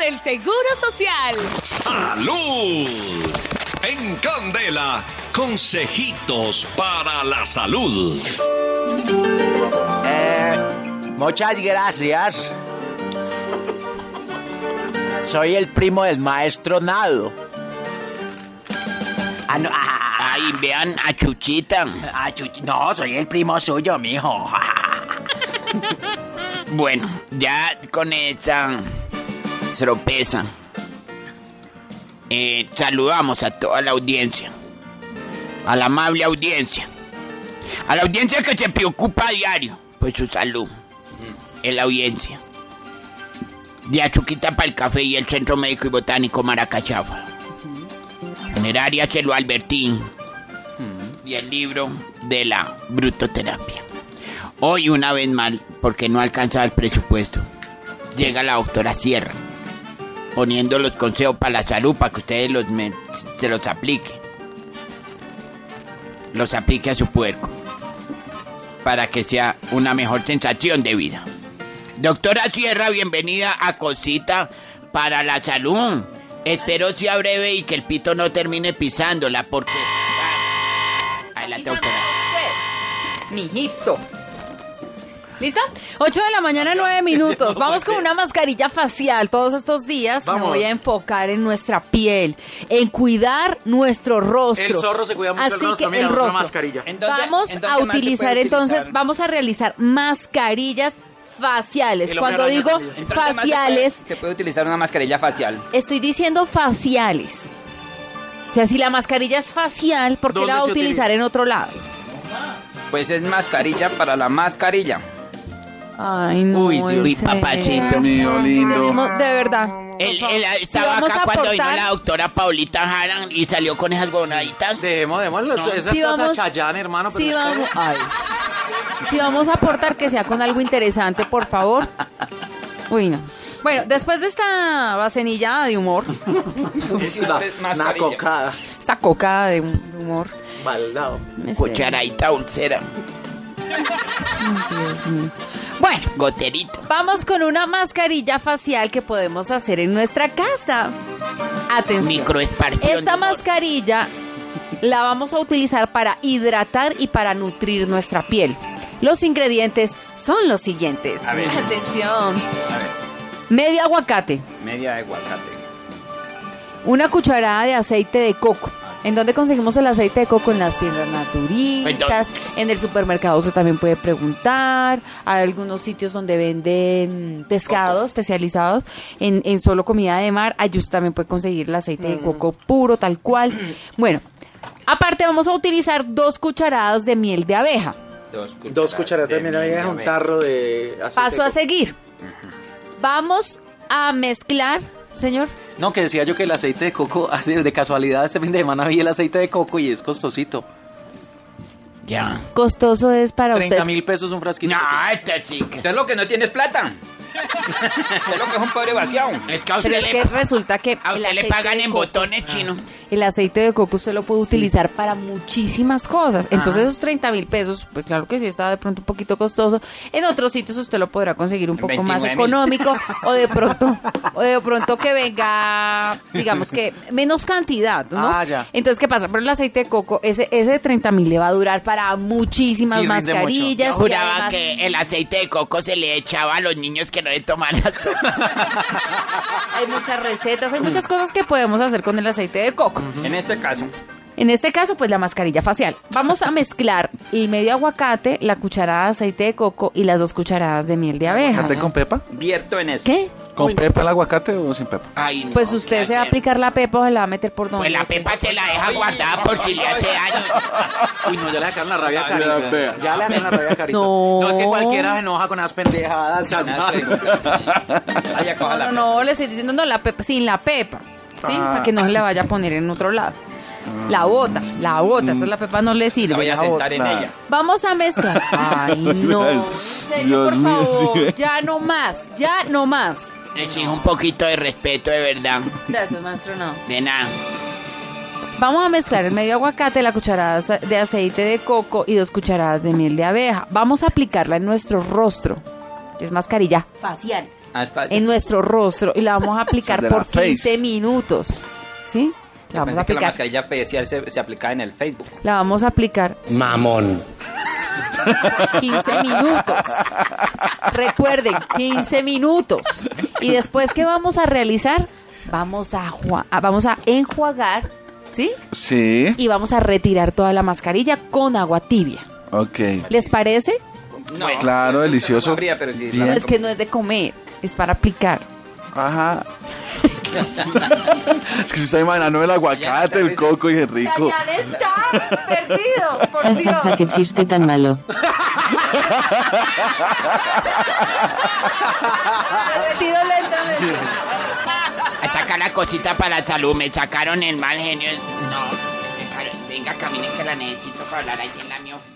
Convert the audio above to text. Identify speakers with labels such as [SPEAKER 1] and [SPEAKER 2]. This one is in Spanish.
[SPEAKER 1] del Seguro Social.
[SPEAKER 2] ¡Salud! En Candela, consejitos para la salud.
[SPEAKER 3] Eh, muchas gracias. Soy el primo del maestro Nado. Ah, no, ah,
[SPEAKER 4] Ay, vean a Chuchita.
[SPEAKER 3] ah, chuchi- no, soy el primo suyo, mijo.
[SPEAKER 4] Bueno, ya con esa sorpresa. eh, saludamos a toda la audiencia. A la amable audiencia. A la audiencia que se preocupa a diario por su salud. Es la audiencia. De Achuquita para el café y el Centro Médico y Botánico Maracachafa. Funeraria Celo Albertín. Y el libro de la brutoterapia. Hoy una vez más, porque no alcanzaba el presupuesto, llega la doctora Sierra, poniendo los consejos para la salud, para que ustedes los me- se los aplique. Los aplique a su puerco, para que sea una mejor sensación de vida. Doctora Sierra, bienvenida a Cosita para la Salud. Espero sea breve y que el pito no termine pisándola, porque... Adelante,
[SPEAKER 1] Pisando
[SPEAKER 4] doctora.
[SPEAKER 1] usted, Mijito. ¿Listo? 8 de la mañana, 9 minutos. Vamos con una mascarilla facial. Todos estos días me
[SPEAKER 5] Vamos.
[SPEAKER 1] voy a enfocar en nuestra piel, en cuidar nuestro rostro.
[SPEAKER 5] El zorro se cuida mucho el
[SPEAKER 1] Así
[SPEAKER 5] rostro,
[SPEAKER 1] que el
[SPEAKER 5] mira, usa una
[SPEAKER 1] rostro.
[SPEAKER 5] mascarilla.
[SPEAKER 6] ¿En dónde-
[SPEAKER 1] vamos
[SPEAKER 6] en dónde
[SPEAKER 1] a
[SPEAKER 6] más se puede
[SPEAKER 1] utilizar entonces,
[SPEAKER 6] utilizar?
[SPEAKER 1] vamos a realizar mascarillas faciales.
[SPEAKER 5] Y lo
[SPEAKER 1] Cuando
[SPEAKER 5] peor, no
[SPEAKER 1] digo
[SPEAKER 5] te
[SPEAKER 6] ¿En dónde más se puede-
[SPEAKER 1] faciales,
[SPEAKER 6] Se puede utilizar una mascarilla facial.
[SPEAKER 1] Estoy diciendo faciales. O sea, si la mascarilla es facial, ¿por qué
[SPEAKER 5] ¿Dónde
[SPEAKER 1] la va a
[SPEAKER 5] se utiliza?
[SPEAKER 1] utilizar en otro lado?
[SPEAKER 6] Pues es mascarilla para la mascarilla.
[SPEAKER 1] Ay, no.
[SPEAKER 5] Uy, Dios.
[SPEAKER 1] en
[SPEAKER 4] Uy,
[SPEAKER 1] serio.
[SPEAKER 4] papachito.
[SPEAKER 7] Mío lindo.
[SPEAKER 1] Tenemos- De verdad. por
[SPEAKER 4] Él,
[SPEAKER 1] favor.
[SPEAKER 4] él estaba
[SPEAKER 1] Si vamos
[SPEAKER 4] acá
[SPEAKER 1] a
[SPEAKER 4] cuando vino
[SPEAKER 1] aportar-
[SPEAKER 4] la doctora Paulita Haran y salió con esas gonaditas.
[SPEAKER 5] Dejemos, dejemos los- esas
[SPEAKER 1] si
[SPEAKER 5] cosas
[SPEAKER 1] vamos-
[SPEAKER 5] Chayán, hermano. pero
[SPEAKER 1] si
[SPEAKER 5] las
[SPEAKER 1] vamos,
[SPEAKER 5] cosas-
[SPEAKER 1] ay. Si vamos a aportar que sea con algo interesante, por favor. Uy, no. Bueno, después de esta bacenilla de humor,
[SPEAKER 5] Es una,
[SPEAKER 6] Antes
[SPEAKER 5] una
[SPEAKER 6] mascarilla.
[SPEAKER 5] cocada.
[SPEAKER 1] esta coca de hum- de humor.
[SPEAKER 5] Baldao.
[SPEAKER 1] este,
[SPEAKER 4] Cucharadita dulcera,
[SPEAKER 1] Dios mío. Bueno,
[SPEAKER 4] goterito.
[SPEAKER 1] Vamos con una mascarilla facial que podemos hacer en nuestra casa. Atención.
[SPEAKER 4] Microesparción.
[SPEAKER 1] Esta mascarilla la vamos a utilizar para hidratar y para nutrir nuestra piel. Los ingredientes son los siguientes. Atención. Medio aguacate,
[SPEAKER 6] Media de aguacate.
[SPEAKER 1] una cucharada de aceite de coco. ¿En dónde conseguimos el aceite de coco? En las tiendas naturistas, en el supermercado se también puede preguntar, hay algunos sitios donde venden pescados especializados en, en solo comida de mar, allí usted también puede conseguir el aceite de coco puro, tal cual. Bueno, aparte vamos a utilizar dos cucharadas de miel de abeja.
[SPEAKER 6] Dos cucharadas.
[SPEAKER 5] Dos cucharadas de
[SPEAKER 6] miel
[SPEAKER 5] miel,
[SPEAKER 6] de
[SPEAKER 5] un
[SPEAKER 6] abeja.
[SPEAKER 5] tarro de aceite
[SPEAKER 1] Paso a
[SPEAKER 5] de coco.
[SPEAKER 1] seguir. Vamos a mezclar, señor.
[SPEAKER 5] No, que decía yo que el aceite de coco, hace de casualidad este fin de semana vi el aceite de coco y es costosito.
[SPEAKER 4] Ya.
[SPEAKER 1] Costoso es para
[SPEAKER 5] 30
[SPEAKER 1] usted.
[SPEAKER 5] mil pesos un frasquito.
[SPEAKER 4] No, esta chica.
[SPEAKER 6] Usted es lo que no tiene es plata. Usted es lo que es un pobre vaciado.
[SPEAKER 4] Es que
[SPEAKER 1] Pero
[SPEAKER 4] a usted,
[SPEAKER 1] es que
[SPEAKER 4] le,
[SPEAKER 1] resulta que
[SPEAKER 4] a
[SPEAKER 1] el
[SPEAKER 4] usted le
[SPEAKER 1] aceite
[SPEAKER 4] pagan
[SPEAKER 1] de
[SPEAKER 4] en
[SPEAKER 1] coco- Ah.
[SPEAKER 4] botones chino.
[SPEAKER 1] El aceite de coco usted lo puede utilizar para muchísimas cosas. Entonces esos 30 mil pesos, pues claro que sí está de pronto un poquito costoso. En otros sitios usted lo podrá conseguir un poco más
[SPEAKER 6] 29.000.
[SPEAKER 1] económico o de pronto o de pronto que venga, digamos que menos cantidad, ¿no?
[SPEAKER 5] Ah, ya.
[SPEAKER 1] Entonces, ¿qué pasa? Pero el aceite de coco, ese, ese de 30 mil le va a durar para muchísimas
[SPEAKER 5] Sí, rinde mucho.
[SPEAKER 1] mascarillas.
[SPEAKER 4] Yo
[SPEAKER 1] y
[SPEAKER 4] juraba
[SPEAKER 1] además-
[SPEAKER 4] que el aceite de coco se le echaba a los niños que no le tomaran.
[SPEAKER 1] Hay muchas recetas, hay muchas cosas que podemos hacer con el aceite de coco.
[SPEAKER 4] Mm.
[SPEAKER 6] En este caso,
[SPEAKER 1] En este caso, pues la mascarilla facial. Vamos a mezclar el medio aguacate, la cucharada de aceite de coco y las dos cucharadas de miel de abeja.
[SPEAKER 5] ¿Aguacate con pepa?
[SPEAKER 6] vierto en eso.
[SPEAKER 1] ¿Qué?
[SPEAKER 7] ¿Con pepa el aguacate o sin pepa?
[SPEAKER 4] Ay, no,
[SPEAKER 1] Pues
[SPEAKER 4] ¿qué
[SPEAKER 1] usted se va a
[SPEAKER 4] hacer?
[SPEAKER 1] aplicar la pepa o se la va a meter por donde.
[SPEAKER 4] Pues la pepa se la deja guardada por si le hace daño.
[SPEAKER 5] Uy, no, ya le sacaron la rabia
[SPEAKER 7] Ya,
[SPEAKER 5] a Carito.
[SPEAKER 7] vea.
[SPEAKER 5] Ya le sacaron la rabia a Carito.
[SPEAKER 1] No.
[SPEAKER 5] es que cualquiera se enoja con las pendejadas.
[SPEAKER 6] Nada,
[SPEAKER 5] Chayán.
[SPEAKER 6] Vaya, pues.
[SPEAKER 1] No,
[SPEAKER 6] coja la
[SPEAKER 1] no, no, le estoy diciendo no, la pepa, sin la pepa, ¿sí? Para que no se la vaya a poner en otro lado. La bota, la bota, esa es la pepa no le sirve.
[SPEAKER 6] vaya a
[SPEAKER 1] la bota.
[SPEAKER 6] sentar en
[SPEAKER 7] Nada.
[SPEAKER 6] ella.
[SPEAKER 1] Vamos a mezclar. Ay, no. En serio,
[SPEAKER 7] Dios
[SPEAKER 1] por
[SPEAKER 7] mío,
[SPEAKER 1] favor.
[SPEAKER 7] sí.
[SPEAKER 1] Ya no más, ya no más.
[SPEAKER 4] Le exijo un poquito de respeto, de verdad.
[SPEAKER 1] Gracias, maestro, no.
[SPEAKER 4] De nada.
[SPEAKER 1] Vamos a mezclar el medio aguacate, la cucharada sa- de aceite de coco y dos cucharadas de miel de abeja. Vamos a aplicarla en nuestro rostro. Es mascarilla facial.
[SPEAKER 6] Asfalto.
[SPEAKER 1] en nuestro rostro y la vamos a aplicar
[SPEAKER 7] de la
[SPEAKER 1] por 15
[SPEAKER 7] face.
[SPEAKER 1] minutos. ¿Sí? La
[SPEAKER 6] Yo
[SPEAKER 1] vamos a
[SPEAKER 6] pensé que la
[SPEAKER 1] aplicar.
[SPEAKER 6] mascarilla facial se, se aplicaba en el Facebook.
[SPEAKER 1] La vamos a aplicar
[SPEAKER 8] Mamón.
[SPEAKER 1] 15 minutos. Recuerden, 15 minutos. Y después, ¿qué vamos a realizar? Vamos a, jua- a- vamos a enjuagar, ¿sí?
[SPEAKER 7] Sí.
[SPEAKER 1] Y vamos a retirar toda la mascarilla con agua tibia.
[SPEAKER 7] Ok.
[SPEAKER 1] ¿Les parece?
[SPEAKER 6] No,
[SPEAKER 7] Claro, delicioso.
[SPEAKER 6] habría, pero sí,
[SPEAKER 7] Bien.
[SPEAKER 1] No, es que no es de comer, es para aplicar.
[SPEAKER 7] Ajá. es que se está imaginando el aguacate, el coco y el rico.
[SPEAKER 1] está perdido, por Dios.
[SPEAKER 9] Qué chiste tan malo.
[SPEAKER 1] Retiro lentamente.
[SPEAKER 4] Ataca la cosita para la salud. Me sacaron el mal genio. No, me sacaron. Venga, camine que la necesito para hablar ahí en la mi oficina.